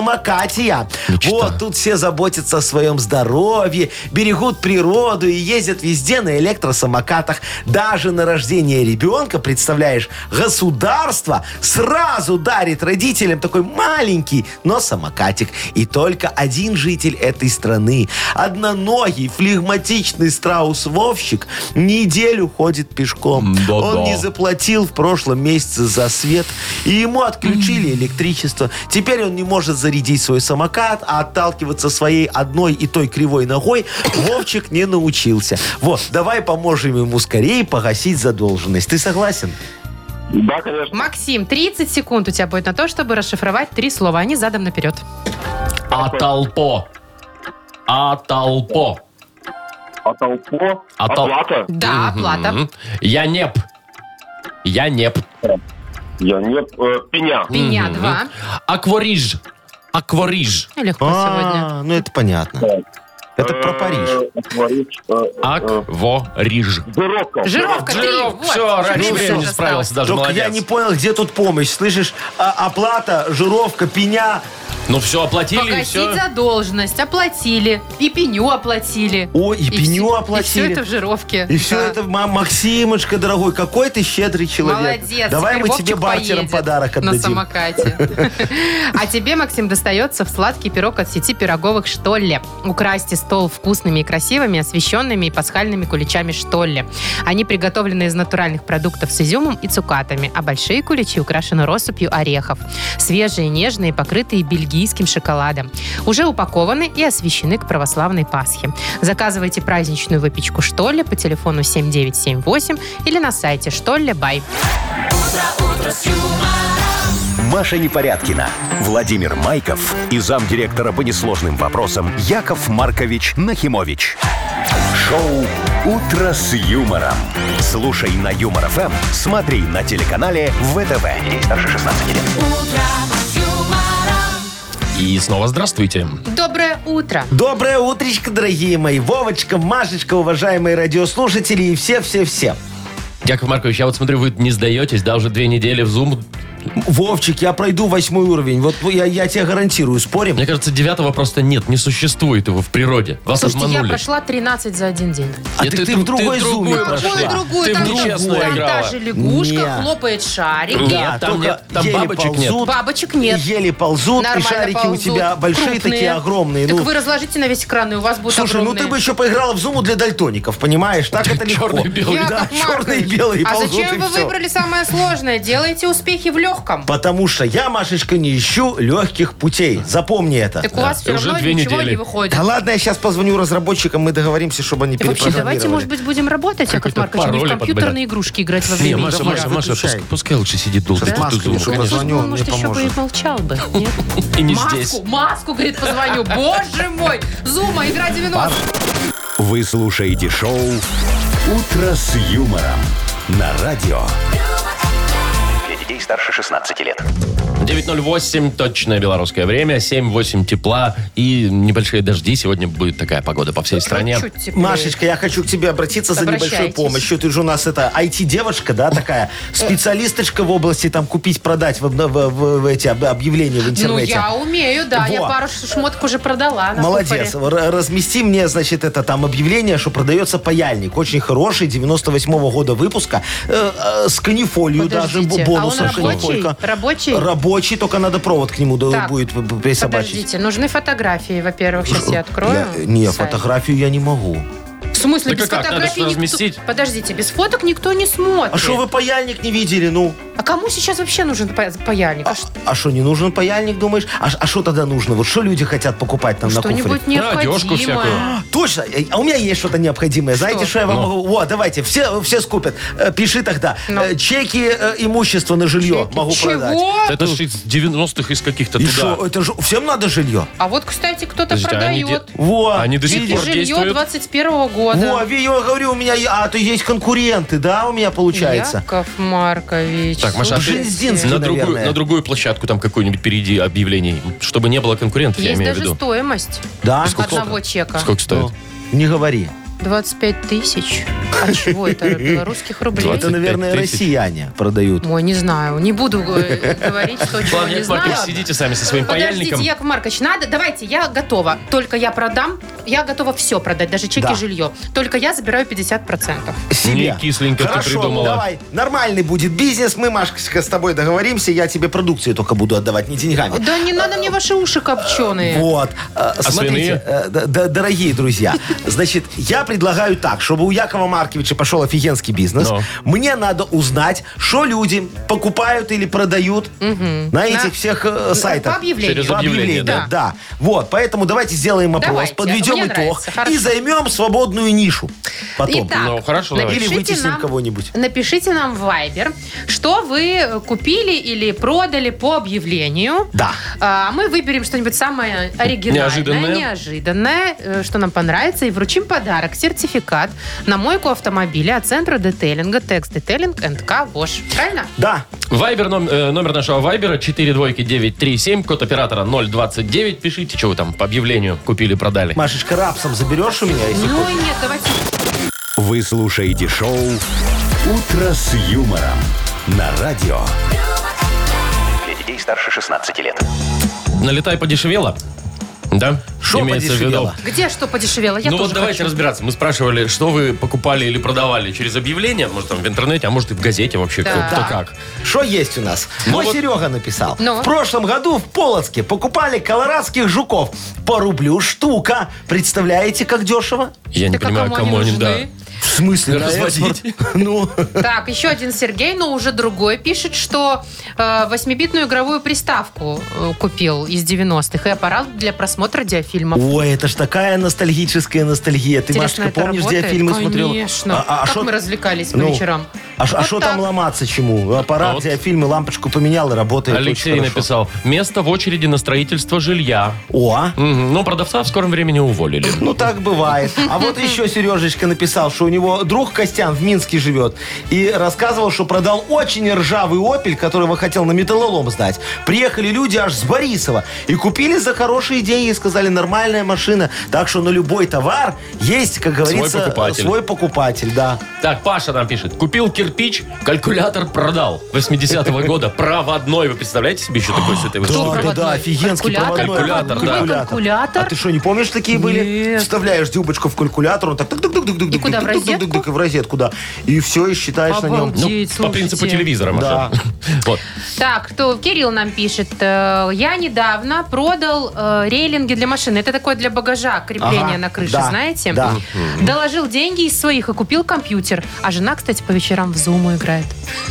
электросамокатия. Мечта. Вот тут все заботятся о своем здоровье, берегут природу и ездят везде на электросамокатах. Даже на рождение ребенка, представляешь, государство сразу дарит родителям такой маленький, но самокатик. И только один житель этой страны, одноногий, флегматичный страус-вовщик, а неделю ходит пешком. М-да-да. Он не заплатил в прошлом месяце за свет, и ему отключили электричество. Теперь он не может зарядить свой самокат, а отталкиваться своей одной и той кривой ногой Вовчик не научился. Вот, давай поможем ему скорее погасить задолженность. Ты согласен? Да, конечно. Максим, 30 секунд у тебя будет на то, чтобы расшифровать три слова. Они задом наперед. А толпо. А толпо. А толпо? А тол- Оплата? Да, оплата. М. Я неп. Я неп. Я не... э, пеня. Пеня 2. Аквариж. Аквариж. Легко сегодня. ну это понятно. Это про Париж. Э, Париж. э, А. э, Аквориж. Жировка. Жировка 3. Жировка, все, раньше времени справился даже, Только я молодец. не понял, где тут помощь. Слышишь, а- оплата, жировка, пеня. Ну все, оплатили, и Погасить все. задолженность, оплатили. И пеню оплатили. О, и пеню все- оплатили. И все это в жировке. И все Да. это, Ма- Максимочка, дорогой, какой ты щедрый человек. Молодец. Давай теперь мы тебе Вовчик бартером поедет подарок На отдадим. самокате. А тебе, Максим, достается в сладкий пирог от сети пироговых «Что ли?». Украсьте стол вкусными и красивыми, освещенными и пасхальными куличами «Что ли?». Они приготовлены из натуральных продуктов с изюмом и цукатами, а большие куличи украшены россыпью орехов. Свежие, нежные, покрытые бельгийским шоколадом. Уже упакованы и освещены к православной Пасхе. Заказывайте праздничную выпечку «Что ли?» по телефону 7978 или на сайте «Что ли? Бай». Маша Непорядкина, Владимир Майков и замдиректора по несложным вопросам Яков Маркович Нахимович. Шоу «Утро с юмором». Слушай на Юмор ФМ, смотри на телеканале ВТВ. Ей старше 16 лет. И снова здравствуйте. Доброе утро. Доброе утречко, дорогие мои. Вовочка, Машечка, уважаемые радиослушатели и все-все-все. Яков Маркович, я вот смотрю, вы не сдаетесь, да, уже две недели в Zoom. Вовчик, я пройду восьмой уровень. Вот я, я тебе гарантирую, спорим? Мне кажется, девятого просто нет, не существует его в природе. Вас Слушайте, я обманули. прошла 13 за один день. А Нет, ты, ты ты друг- в другой ты зуме другую прошла. пошла. Ой, другой, Ты там, в нечестную там играла. та же лягушка Не. хлопает шарики. Да. Нет, там А, только нет, там еле бабочек нет. ползут, Бабочек нет. Еле ползут, Нормально и шарики ползут, у тебя большие крупные. такие, огромные. Так ну. вы разложите на весь экран, и у вас будут Слушай, ну огромные. ты бы еще поиграла в зуму для дальтоников, понимаешь? Так это легко. Черный-белый. Яков Да, черные и Маркович, белые А ползут зачем и вы все. выбрали самое сложное? Делайте успехи в легком. Потому что я, Машечка, не ищу легких путей. Запомни это. Так у вас все Уже равно две ничего недели. не выходит. Да ладно, я сейчас позвоню разработчикам, мы договоримся, чтобы они И вообще, давайте, перепрограммировали. может быть, будем работать, Яков Какой-то Маркович, а не в пароль компьютерные игрушки играть во время Маша, игр. Маша, Маша, выключай. пускай, пускай лучше сидит долго. Сейчас Тут маску Zoom, еще конечно. позвоню, он мне Ну, может, еще бы и поможет. молчал бы. Нет? И не маску, здесь. маску, говорит, позвоню. Боже мой! Зума, игра 90. Вы слушаете шоу «Утро с юмором» на радио. Для детей старше 16 лет. 9.08, точное белорусское время, 7-8 тепла и небольшие дожди. Сегодня будет такая погода по всей стране. Чуть Ну, теплее. Машечка, я хочу к тебе обратиться за небольшой Обращайтесь. помощью. Ты же у нас это IT-девушка, да, такая, специалисточка в области там купить-продать в, обно- в- в- в эти об- объявления в Ну, интернете. я умею, да. Я Во. пару ш- шмоток уже продала. на Молодец. Купоре. Р- Размести мне, значит, это там объявление, что продается паяльник. Очень хороший, 98-го года выпуска. э, э, с канифолью даже, бо- Подождите, а он бонусом рабочий? канифолька. Рабочий? Рабочий, только надо провод к нему да, Так, будет п- п- присобачить. Подождите, нужны фотографии, во-первых. Сейчас я открою. Я- не, сайт. фотографию я не могу. В смысле, Так а без как? Надо фотографий же никто... разместить. Подождите, без фоток никто не смотрит. А что вы паяльник не видели, ну? А кому сейчас вообще нужен па- паяльник? А ш- А что, не нужен паяльник, думаешь? А что тогда нужно? Вот что люди хотят покупать там на куфре? Ну Что-нибудь Радежку необходимое. всякую. А, Точно, Э, а у меня есть что-то необходимое. Знаете, что я вам могу? Вот, давайте, все, все скупят. Э, Пиши тогда. Ну. Э, Чеки э, имущества на жилье могу продать. Чего? Это же из 90-х из каких-то И туда. что, это же всем надо жилье. А вот, кстати, кто-то Подождите, а они продает. Вот. Они до сих видишь? пор Жилье действуют. 21 года. Во, года. ви- я говорю, у меня и- а, то есть конкуренты, да, у меня получается. Яков Маркович. Так, Маша, а ты Бжезинский, на другую, наверное. на другую площадку там какую-нибудь перейди объявлений, чтобы не было конкурентов, я Есть имею в даже виду. А стоимость Да? Сколько? одного чека. Сколько стоит? Ну, Не говори. 25 тысяч. А чего это? Белорусских рублей? Это, наверное, 25 тысяч. россияне продают. Ой, не знаю. Не буду э, говорить, что чего Ладно, не Яков Маркович, знаю. сидите сами со своим Подождите, паяльником. Яков Маркович, надо, давайте, я готова. Только я продам, я готова все продать, даже чеки, Да. жилье. Только я забираю 50%. Себе. Не кисленько ты Хорошо, ну придумала. давай. Нормальный будет бизнес. Мы, Машка, с тобой договоримся. Я тебе продукцию только буду отдавать, не деньгами. Да не надо мне ваши уши копченые. Вот. Э, А свиные? Смотрите, э, д- д- дорогие друзья, значит, я предлагаю так, чтобы у Якова Марковича пошел офигенский бизнес, Ну. мне надо узнать, что люди покупают или продают на этих всех э, сайтах. По объявлению. Через объявление, да. да. да. Вот, поэтому давайте сделаем опрос, Давайте, подведем мне итог нравится, и хорошо. займем свободную нишу потом. Итак, Ну, хорошо, давайте. Или напишите вытесним нам, кого-нибудь. напишите нам в Viber, что вы э, купили или продали по объявлению. Да. А мы выберем что-нибудь самое оригинальное, Неожиданное. неожиданное, э, что нам понравится, и вручим подарок, сертификат на мойку автомобиля от центра детейлинга Текст Детейлинг НК ВОЖ. Правильно? Да, Вайбер, ном- э, номер нашего вайбера 42937, код оператора 029. Пишите, что вы там по объявлению купили, продали. Машечка, рапсом заберешь у меня? если Ну и нет, давайте. Вы слушаете шоу «Утро с юмором» на радио. Для детей старше 16 лет. Налетай подешевело. Да? Шо подешевело? Где что подешевело? Я ну тоже вот давайте хочу. разбираться. Мы спрашивали, что вы покупали или продавали через объявление, может там в интернете, а может и в газете вообще, кто, Да. кто как. Что есть у нас? Мой Ну вот- Серега написал. Ну? В прошлом году в Полоцке покупали колорадских жуков. По рублю штука. Представляете, как дешево? Я не Так а понимаю, кому они, да. нужны? В смысле? на Разводить. экспорт? Ну, Так, еще один Сергей, но уже другой, пишет, что э, восьмибитную игровую приставку э, купил из 90-х и аппарат для просмотра диафильмов. ой, это ж такая ностальгическая ностальгия. Ты, Интересно, это Машечка, помнишь, где работает? я фильмы смотрел? А, Конечно. как шо- мы развлекались по Ну, вечерам. А что Вот там так. ломаться чему? Аппарат, А вот- диафильмы, лампочку поменял и работает Алексей очень хорошо. написал, место в очереди на строительство жилья. О, а? Мгм. Но продавца в скором времени уволили. Ну, так бывает. А вот еще Сережечка написал, что у него друг Костян в Минске живет. И рассказывал, что продал очень ржавый «Опель», которого хотел на металлолом сдать. Приехали люди аж с Борисова. И купили за хорошие деньги. И сказали, нормальная машина. Так что на любой товар есть, как говорится, покупатель. свой покупатель, да. Так, Паша нам пишет. Купил кирпич, калькулятор продал. 80-го года проводной. Вы представляете себе еще такой с этой вот Да, штукой? да, да, проводной? офигенский Калькулятор? проводной. Калькулятор, да. Калькулятор? А ты что, не помнишь, такие были? Нет. Вставляешь дюбочку в калькулятор, он так... тук- тук- тук- тук- тук- И куда, тук- в тук- тук- тук- розетку? и В розетку, да. И все, и считаешь на нем. Ну, Обалдеть, по принципу слушайте. телевизора, Маша. Да. Вот. Так, кто Кирилл нам пишет, э, я недавно продал э, рейлинги для машины. Это такое для багажа, крепление Ага, на крыше, да, знаете? да. Доложил деньги из своих и купил компьютер. А жена, кстати, по вечерам в зуму играет.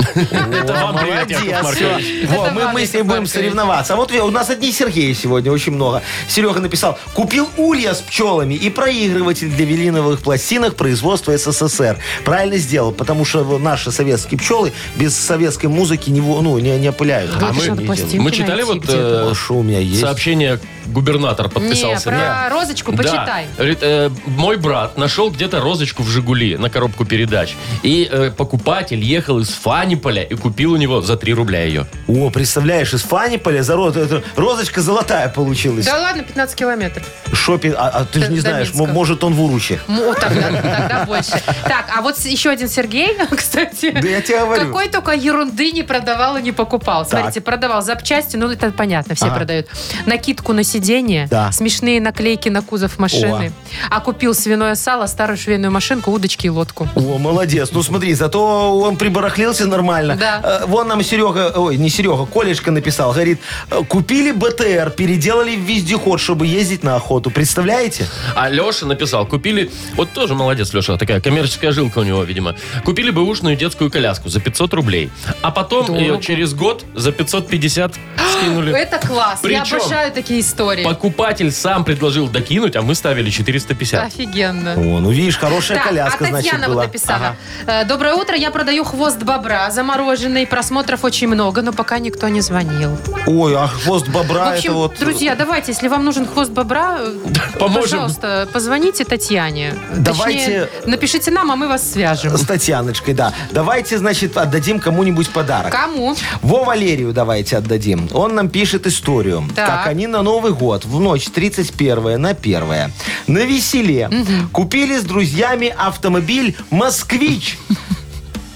Это вам привет, Молодец, Яков Маркович. всё. Во, Это мы, вам, мы с ней Яков будем Маркович. соревноваться. А вот у нас одни Сергеи сегодня очень много. Серега написал, купил улья с пчелами и проигрыватель для велиновых пластинок производства СССР. Правильно сделал, потому что вот наши советские пчелы без советской музыки не, во- ну, не, не опыляют. А Ничего мы- не делают. пластинки Мы читали найти вот где-то. э, А что у меня есть? сообщение, губернатор подписался. Не, на- про розочку Да. почитай. Говорит, э, мой брат нашел где-то розочку в «Жигули» на коробку передач. И э, покупатель ехал из Фаниполя и купил у него за 3 рубля ее. О, представляешь, из Фаниполя за роз- это розочка золотая получилась. Да ладно, 15 километров. Шопи, а, а ты же не До знаешь, м- Минска. может он в Уруче. М, о, тогда, тогда больше. Так, а вот с- еще один Сергей, кстати. Да я тебе говорю. Какой только ерунды не продавал и не покупал. Смотрите, продавал запчасти, ну это понятно, все Ага. продают. Накидку на сиденье, Да. смешные наклейки на кузов машины. А купил свиное сало, старую швейную машинку, удочки и лодку. О, молодец. Ну смотри, зато он прибарахлился нормально. Да. Э, вон нам Серега, ой, не Серега, Колешка написал, говорит, э, купили БТР, переделали в вездеход, чтобы ездить на охоту. Представляете? А Леша написал, купили... Вот тоже молодец, Леша, такая коммерческая жилка у него, видимо. Купили бэушную детскую коляску за 500 рублей. А потом Дорого. ее через год за 550 скинули. Это класс. Причем Я обожаю такие истории. Покупатель сам предложил докинуть, а мы ставили 450. Офигенно. О, ну видишь, хорошая Так, коляска, а Татьяна вот значит, была. написала. Э, Доброе утро. Я я продаю хвост бобра замороженный. Просмотров очень много, но пока никто не звонил. Ой, а хвост бобра В общем, это вот... э, друзья, давайте, если вам нужен хвост бобра, э, Поможем. пожалуйста, позвоните Татьяне. Давайте- Точнее, напишите нам, а мы вас свяжем. С Татьяночкой, да. Давайте, значит, отдадим кому-нибудь подарок. Кому? Во Валерию давайте отдадим. Он нам пишет историю. Так. Как они на Новый год в ночь 31 на 1 на веселе купили с друзьями автомобиль «Москвич».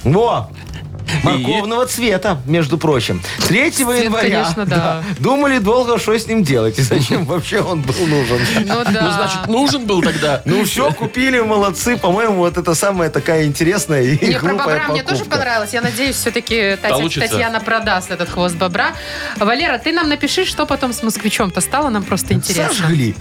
Во! Морковного цвета, между прочим. 3 января. конечно, да. Думали долго, что с ним делать и зачем вообще он был нужен. Ну да. Ну, значит, нужен был тогда. Ну все, купили, молодцы. По-моему, вот это самая такая интересная и Мне про глупая бобра мне тоже покупка. понравилось. Я надеюсь, все-таки Получится. Татьяна продаст этот хвост бобра. Валера, ты нам напиши, что потом с москвичом-то стало, нам просто интересно. Сожгли.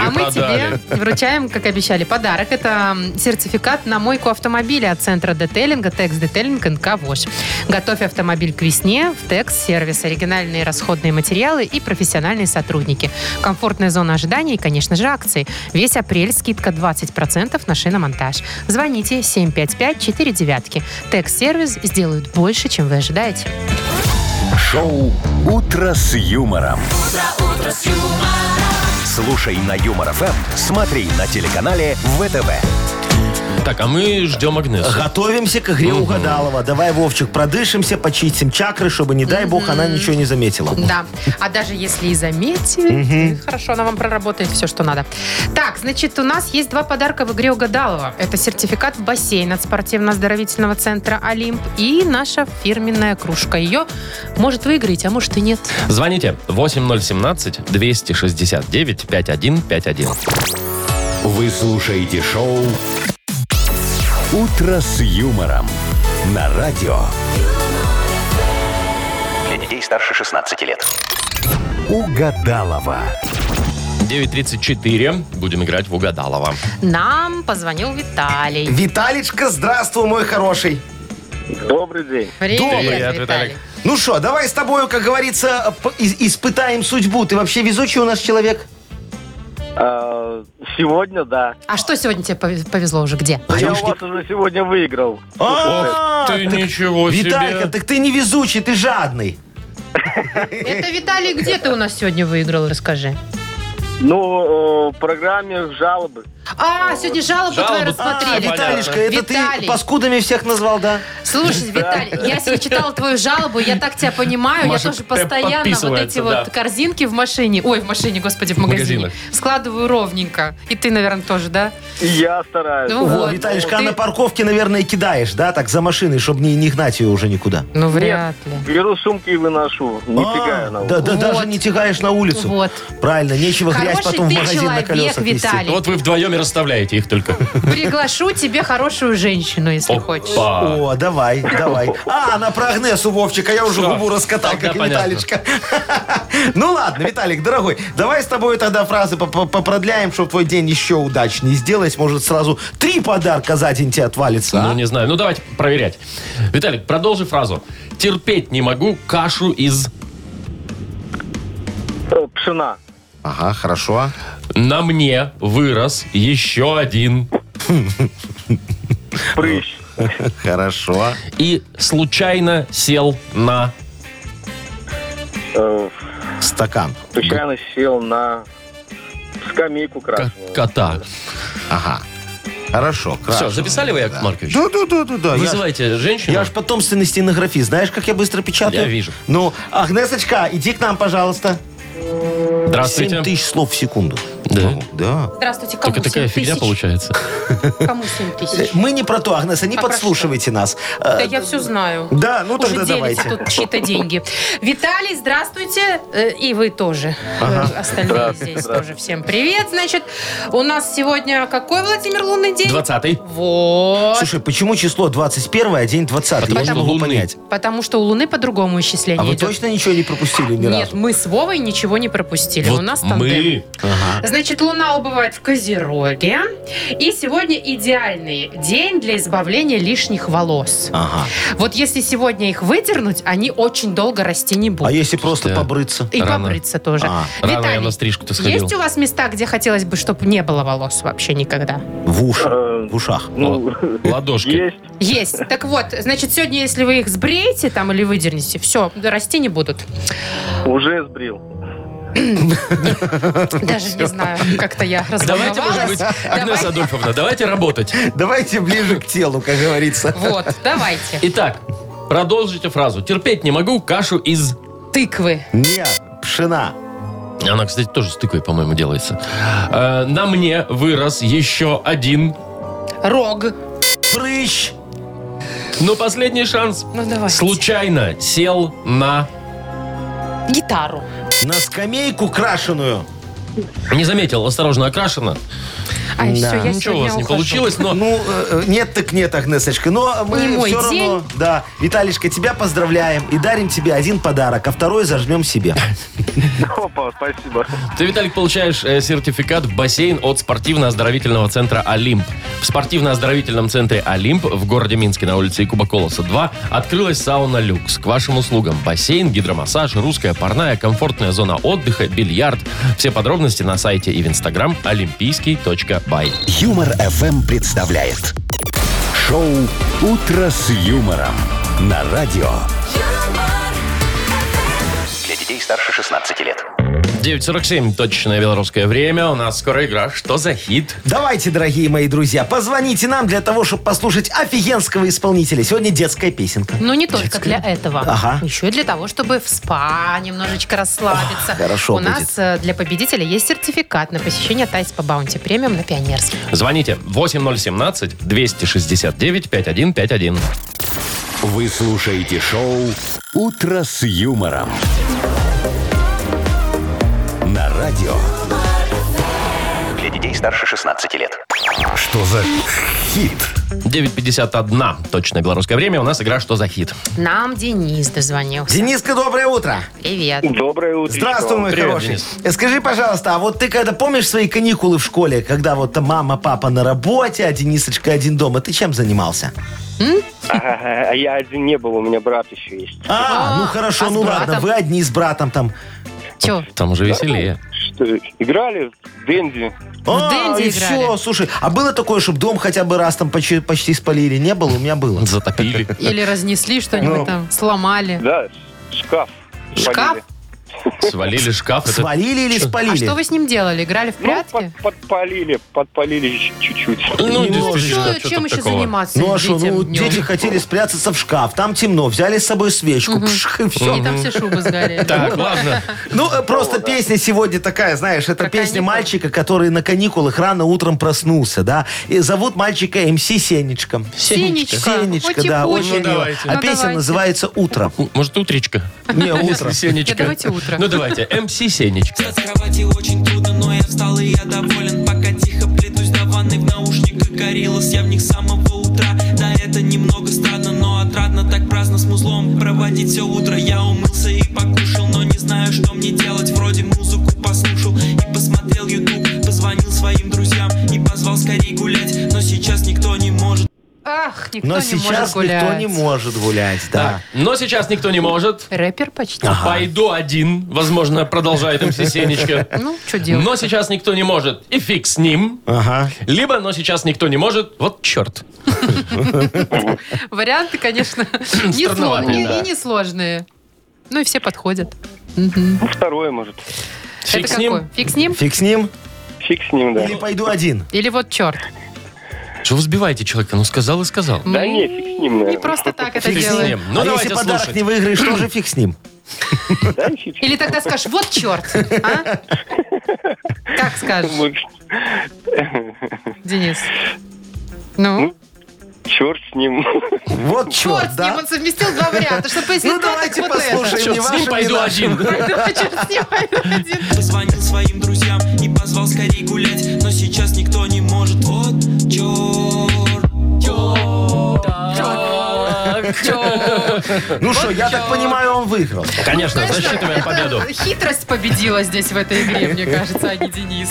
А мы Перепродали. тебе вручаем, как обещали, подарок. Это м, сертификат на мойку автомобиля от центра детейлинга Текс Детейлинг НК ВОЖ. Готовь автомобиль к весне в Текс Сервис. Оригинальные расходные материалы и профессиональные сотрудники. Комфортная зона ожидания и, конечно же, акции. Весь апрель скидка 20% на шиномонтаж. Звоните 755-49. Текс Сервис сделают больше, чем вы ожидаете. Шоу «Утро с юмором». Слушай на Юмор ФМ, смотри на телеканале ВТВ. Так, а мы ждем Агнесу. Готовимся к игре угадалова. Давай, Вовчик, продышимся, почистим чакры, чтобы, не дай бог, она ничего не заметила. Да. А даже если и заметили, хорошо, она вам проработает все, что надо. Так, значит, у нас есть два подарка в игре Угадалова. Это сертификат в бассейн от спортивно-оздоровительного центра «Олимп» и наша фирменная кружка. Ее может выиграть, а может и нет. Звоните 8017-269-5151. Вы слушаете шоу «Утро с юмором» на радио. Для детей старше 16 лет. Угадалова. 9.34. Будем играть в Угадалова. Нам позвонил Виталий. Виталичка, здравствуй, мой хороший. Добрый день. Привет, Виталик. Ну что, давай с тобою, как говорится, п- и- испытаем судьбу. Ты вообще везучий у нас человек? А, сегодня, да. А что сегодня тебе повез- повезло уже? Где? Я у Девушки- вас уже сегодня выиграл. А, Ты так- ничего Виталька, себе. так ты не везучий, ты жадный. Это, Виталий, где ты у нас сегодня выиграл, расскажи. Ну, э, в программе жалобы. А, сегодня жалобу твою Жалобу. А, рассмотрели. понятно. Виталичка, это Виталий. ты паскудами всех назвал, да? Слушай, Виталий, я сегодня читала твою жалобу, я так тебя понимаю, Маша я тоже п- постоянно вот эти подписывается, да. вот корзинки в машине, ой, в машине, господи, в магазине, магазинах. складываю ровненько. И ты, наверное, тоже, да? И я стараюсь. Ну, О, вот. Виталичка, а Ты- на парковке, наверное, кидаешь, да, так, за машиной, чтобы не, не гнать ее уже никуда. Ну, вряд ли. Беру сумки и выношу. Не А, тягаю на да, да, Вот. даже не тягаешь на улицу. Вот. Правильно, нечего грязь Хороший потом в ты магазин на человек, колесах везти. Виталий. Вот вы вдвоем и расставляете их только. Приглашу тебе хорошую женщину, если хочешь. Опа. О, давай, давай. А, она про Агнесу, Вовчик, а я уже Всё, губу раскатал, тогда как и понятно. Виталичка. Ну ладно, Виталик, дорогой, давай с тобой тогда фразы поп- попродляем, чтобы твой день еще удачнее сделать. Может, сразу три подарка за день тебе отвалится. Ну, а? не знаю. Ну, давайте проверять. Виталик, продолжи фразу. Терпеть не могу кашу из... улицу. Э, Пшена. Ага, хорошо. На мне вырос еще один. Прыщ. Хорошо. И случайно сел на... Э, Стакан. Случайно сел на скамейку к- красную. кота. Ага. Хорошо, Все, записали вы, Яков Маркович? Да-да-да-да-да. я ж- Вызывайте женщину. Я же потомственный стенографист. Знаешь, как я быстро печатаю? Я вижу. Ну, Агнесочка, иди к нам, пожалуйста. Здравствуйте. 7 тысяч слов в секунду. Да. Ну, Да. Здравствуйте, кому Только такая 7 фигня тысяч? получается. Кому 7 тысяч? Э, Мы не про то, Агнеса, не А про подслушивайте нас. Э, Да я все знаю. Да, ну Уже тогда делятся давайте. а тут чьи-то деньги. Виталий, здравствуйте. Э, И вы тоже. Э, Остальные здесь тоже. Всем привет. Значит, у нас сегодня какой Владимир лунный день? 20 Вот. Слушай, почему число 21, а день 20? Потому я что не могу лунный. понять. Потому что у Луны по-другому исчисление А вы идет. точно ничего не пропустили ни Нет, разу? мы с Вовой ничего не пропустили. у нас тандем. мы. Здравствуйте, Значит, Луна убывает в Козероге. И сегодня идеальный день для избавления лишних волос. Ага. Вот если сегодня их выдернуть, они очень долго расти не будут. А если просто Да. побрыться? И Рано. побриться тоже. А, рано я на стрижку-то сходил. есть у вас места, где хотелось бы, чтобы не было волос вообще никогда? В уши. э, В ушах. ну, Ладошки. есть. Есть. Так вот, значит, сегодня, если вы их сбреете там или выдернете, все, расти не будут. Уже сбрил. Даже не знаю, как-то я Давайте, может быть, разволновалась. Агнеса Давай. Адольфовна, давайте работать. Давайте ближе к телу, как говорится. Вот, давайте. Итак, продолжите фразу. Терпеть не могу кашу из... Тыквы. Не, пшена. Она, кстати, тоже с тыквой, по-моему, делается. Э, на мне вырос еще один, Рог. Прыщ. но последний шанс. Ну, давай. Случайно сел на... Гитару. На скамейку крашеную. Не заметил, осторожно, окрашено. А все, Ничего я у сегодня вас не ухожу. получилось, но... Ну, э, э, нет так нет, Агнесочка. Но мы Не мой все равно... Да, Виталишка, тебя поздравляем и дарим тебе один подарок, а второй зажмем себе. Опа, спасибо. Ты, Виталик, получаешь э, сертификат в бассейн от спортивно-оздоровительного центра «Олимп». В спортивно-оздоровительном центре «Олимп» в городе Минске на улице Якуба Колоса 2 открылась сауна «Люкс». К вашим услугам бассейн, гидромассаж, русская парная, комфортная зона отдыха, бильярд. Все подробности на сайте и в инстаграм олимпийский.бай. Юмор FM представляет шоу Утро с юмором на радио. Для детей старше 16 лет. 9.47, точное белорусское время. У нас скоро игра «Что за хит?» Давайте, дорогие мои друзья, позвоните нам для того, чтобы послушать офигенского исполнителя. Сегодня детская песенка. Ну, не только для этого. Ага. Еще и для того, чтобы в спа немножечко расслабиться. хорошо У будет. нас э, для победителя есть сертификат на посещение Тайс по Баунти премиум на Пионерский. Звоните 8017-269-5151. Вы слушаете шоу Утро с юмором на радио. Для детей старше 16 лет. Что за хит? 9.51, точное белорусское время. У нас игра «Что за хит?» Нам Денис дозвонился. Дениска, доброе утро. Привет. Доброе утро. Здравствуй, мой Привет, хороший. Денис. Э, Скажи, пожалуйста, а вот ты когда помнишь свои каникулы в школе, когда вот там мама, папа на работе, а Денисочка один дома, ты чем занимался? Ага, а я один не был, у меня брат еще есть. А, А, ну хорошо, а с ну ладно, братом? вы одни с братом там. Че? Там уже веселее. Что, играли в Денди? А, Дэнди и играли. все, слушай, а было такое, чтобы дом хотя бы раз там почти, почти спалили? Не было? У меня было. Затопили. Или разнесли что-нибудь Ну. там, сломали. Да, шкаф. Шкаф? спалили. Свалили шкаф. Это- Свалили или А что спалили? вы с ним делали? Играли в Ну, прятки? под- подпалили, подпалили щ- чуть-чуть. Ну, Немножечко. действительно, Что, что чем там еще такого? заниматься? Ну а что, ну детям днем? дети хотели спрятаться в шкаф, там темно, взяли с собой свечку, пшх, и все. Ну. И там все шубы сгорели. Так, ладно. Ну, э, просто песня сегодня такая, знаешь, это Про песня каникулы. мальчика, который на каникулах рано утром проснулся, да. И зовут мальчика МС Сенечком. Сенечка. Сенечка, Ой, да, типучий. очень Ну, мило. давайте. А Ну, песня давайте. называется «Утро». У- Может, утречка? Не, «Утро». Если Сенечка. Да давайте утро. Ну, давайте. МС Сенечка. С кровати очень трудно, но я встал и я доволен Пока тихо плетусь до ванны в наушниках гориллас Я в них с самого утра, да это немного странно Но отрадно так праздно с музлом проводить все утро Я умылся и покушал, но не знаю, что мне делать Вроде музыку послушал и посмотрел ютуб Позвонил своим друзьям и позвал скорей гулять Но сейчас никто не может Ах, никто Но не может сейчас гулять. никто не может гулять, да. Так, Но сейчас никто не может. Рэпер почти. Пойду один, возможно, продолжает МС Сенечка. Ну, что делать? Но сейчас никто не может. И фиг с ним. Ага. Либо, но сейчас никто не может. Вот черт. Варианты, конечно, не сло- Странноватые, не- да. и несложные. Ну и все подходят. Ну, Второе, может. Фиг Это с ним. какой? Фиг с ним? Фиг с ним. Фиг с ним, да. Или пойду один. Или вот черт. Что вы сбиваете человека? Ну, сказал и сказал. Да не, фиг с ним, Не наверное. просто так это Фиг с делаем. ним. Ну, а давайте если подарок слушать. не выиграешь, тоже фиг с ним. Да, и фиг с Или тогда скажешь, вот черт. а? Как скажешь, ним. Денис? Ну, Черт с ним. Вот черт черт, с ним, да? он совместил два варианта, чтобы если Ну, то, так давайте вот это. послушаем. Черт, Не с ним вашим, пойду не нашим. один. Черт с ним, один. Позвонил своим друзьям и позвал скорей гулять Но сейчас никто не может, вот черт, черт Ну что, я так чёрт. понимаю, он выиграл. Конечно, засчитываем это победу. Хитрость победила здесь в этой игре, мне кажется, а не Денис.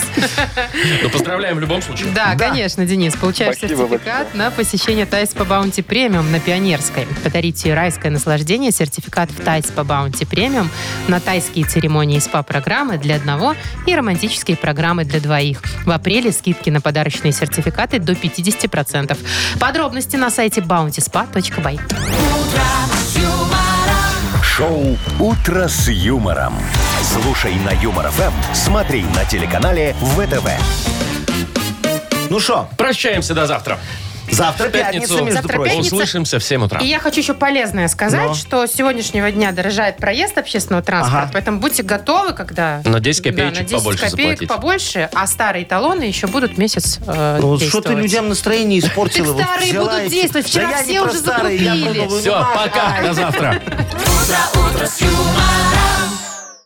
Ну, поздравляем в любом случае. Да, конечно, Денис. Получаешь Спасибо сертификат на посещение Тайс по Баунти Премиум на Пионерской. Подарите райское наслаждение. Сертификат в Тайс по Баунти Премиум на тайские церемонии и СПА-программы для одного и романтические программы для двоих. В апреле скидки на подарочные сертификаты до 50%. Подробности на сайте bountyspa.by. Шоу «Утро с юмором». Слушай на Юмор ФМ, смотри на телеканале ВТВ. Ну что, Прощаемся до завтра. завтра В пятницу. пятница, между Завтра прочим. пятница. Услышимся в 7 утра. Ну. И я хочу еще полезное сказать, Но. что с сегодняшнего дня дорожает проезд общественного транспорта, Ага. поэтому будьте готовы, когда... На 10 копеечек Да, на 10 побольше копеек заплатить. побольше, а старые талоны еще будут месяц э, Ну, вот что действовать. ты людям настроение Так испортила? Вот старые взяла будут эти- действовать. Вчера Да я все не про уже старые, я про закупились. новую Все, бумагу. пока, до завтра. Утро, утро с юмором.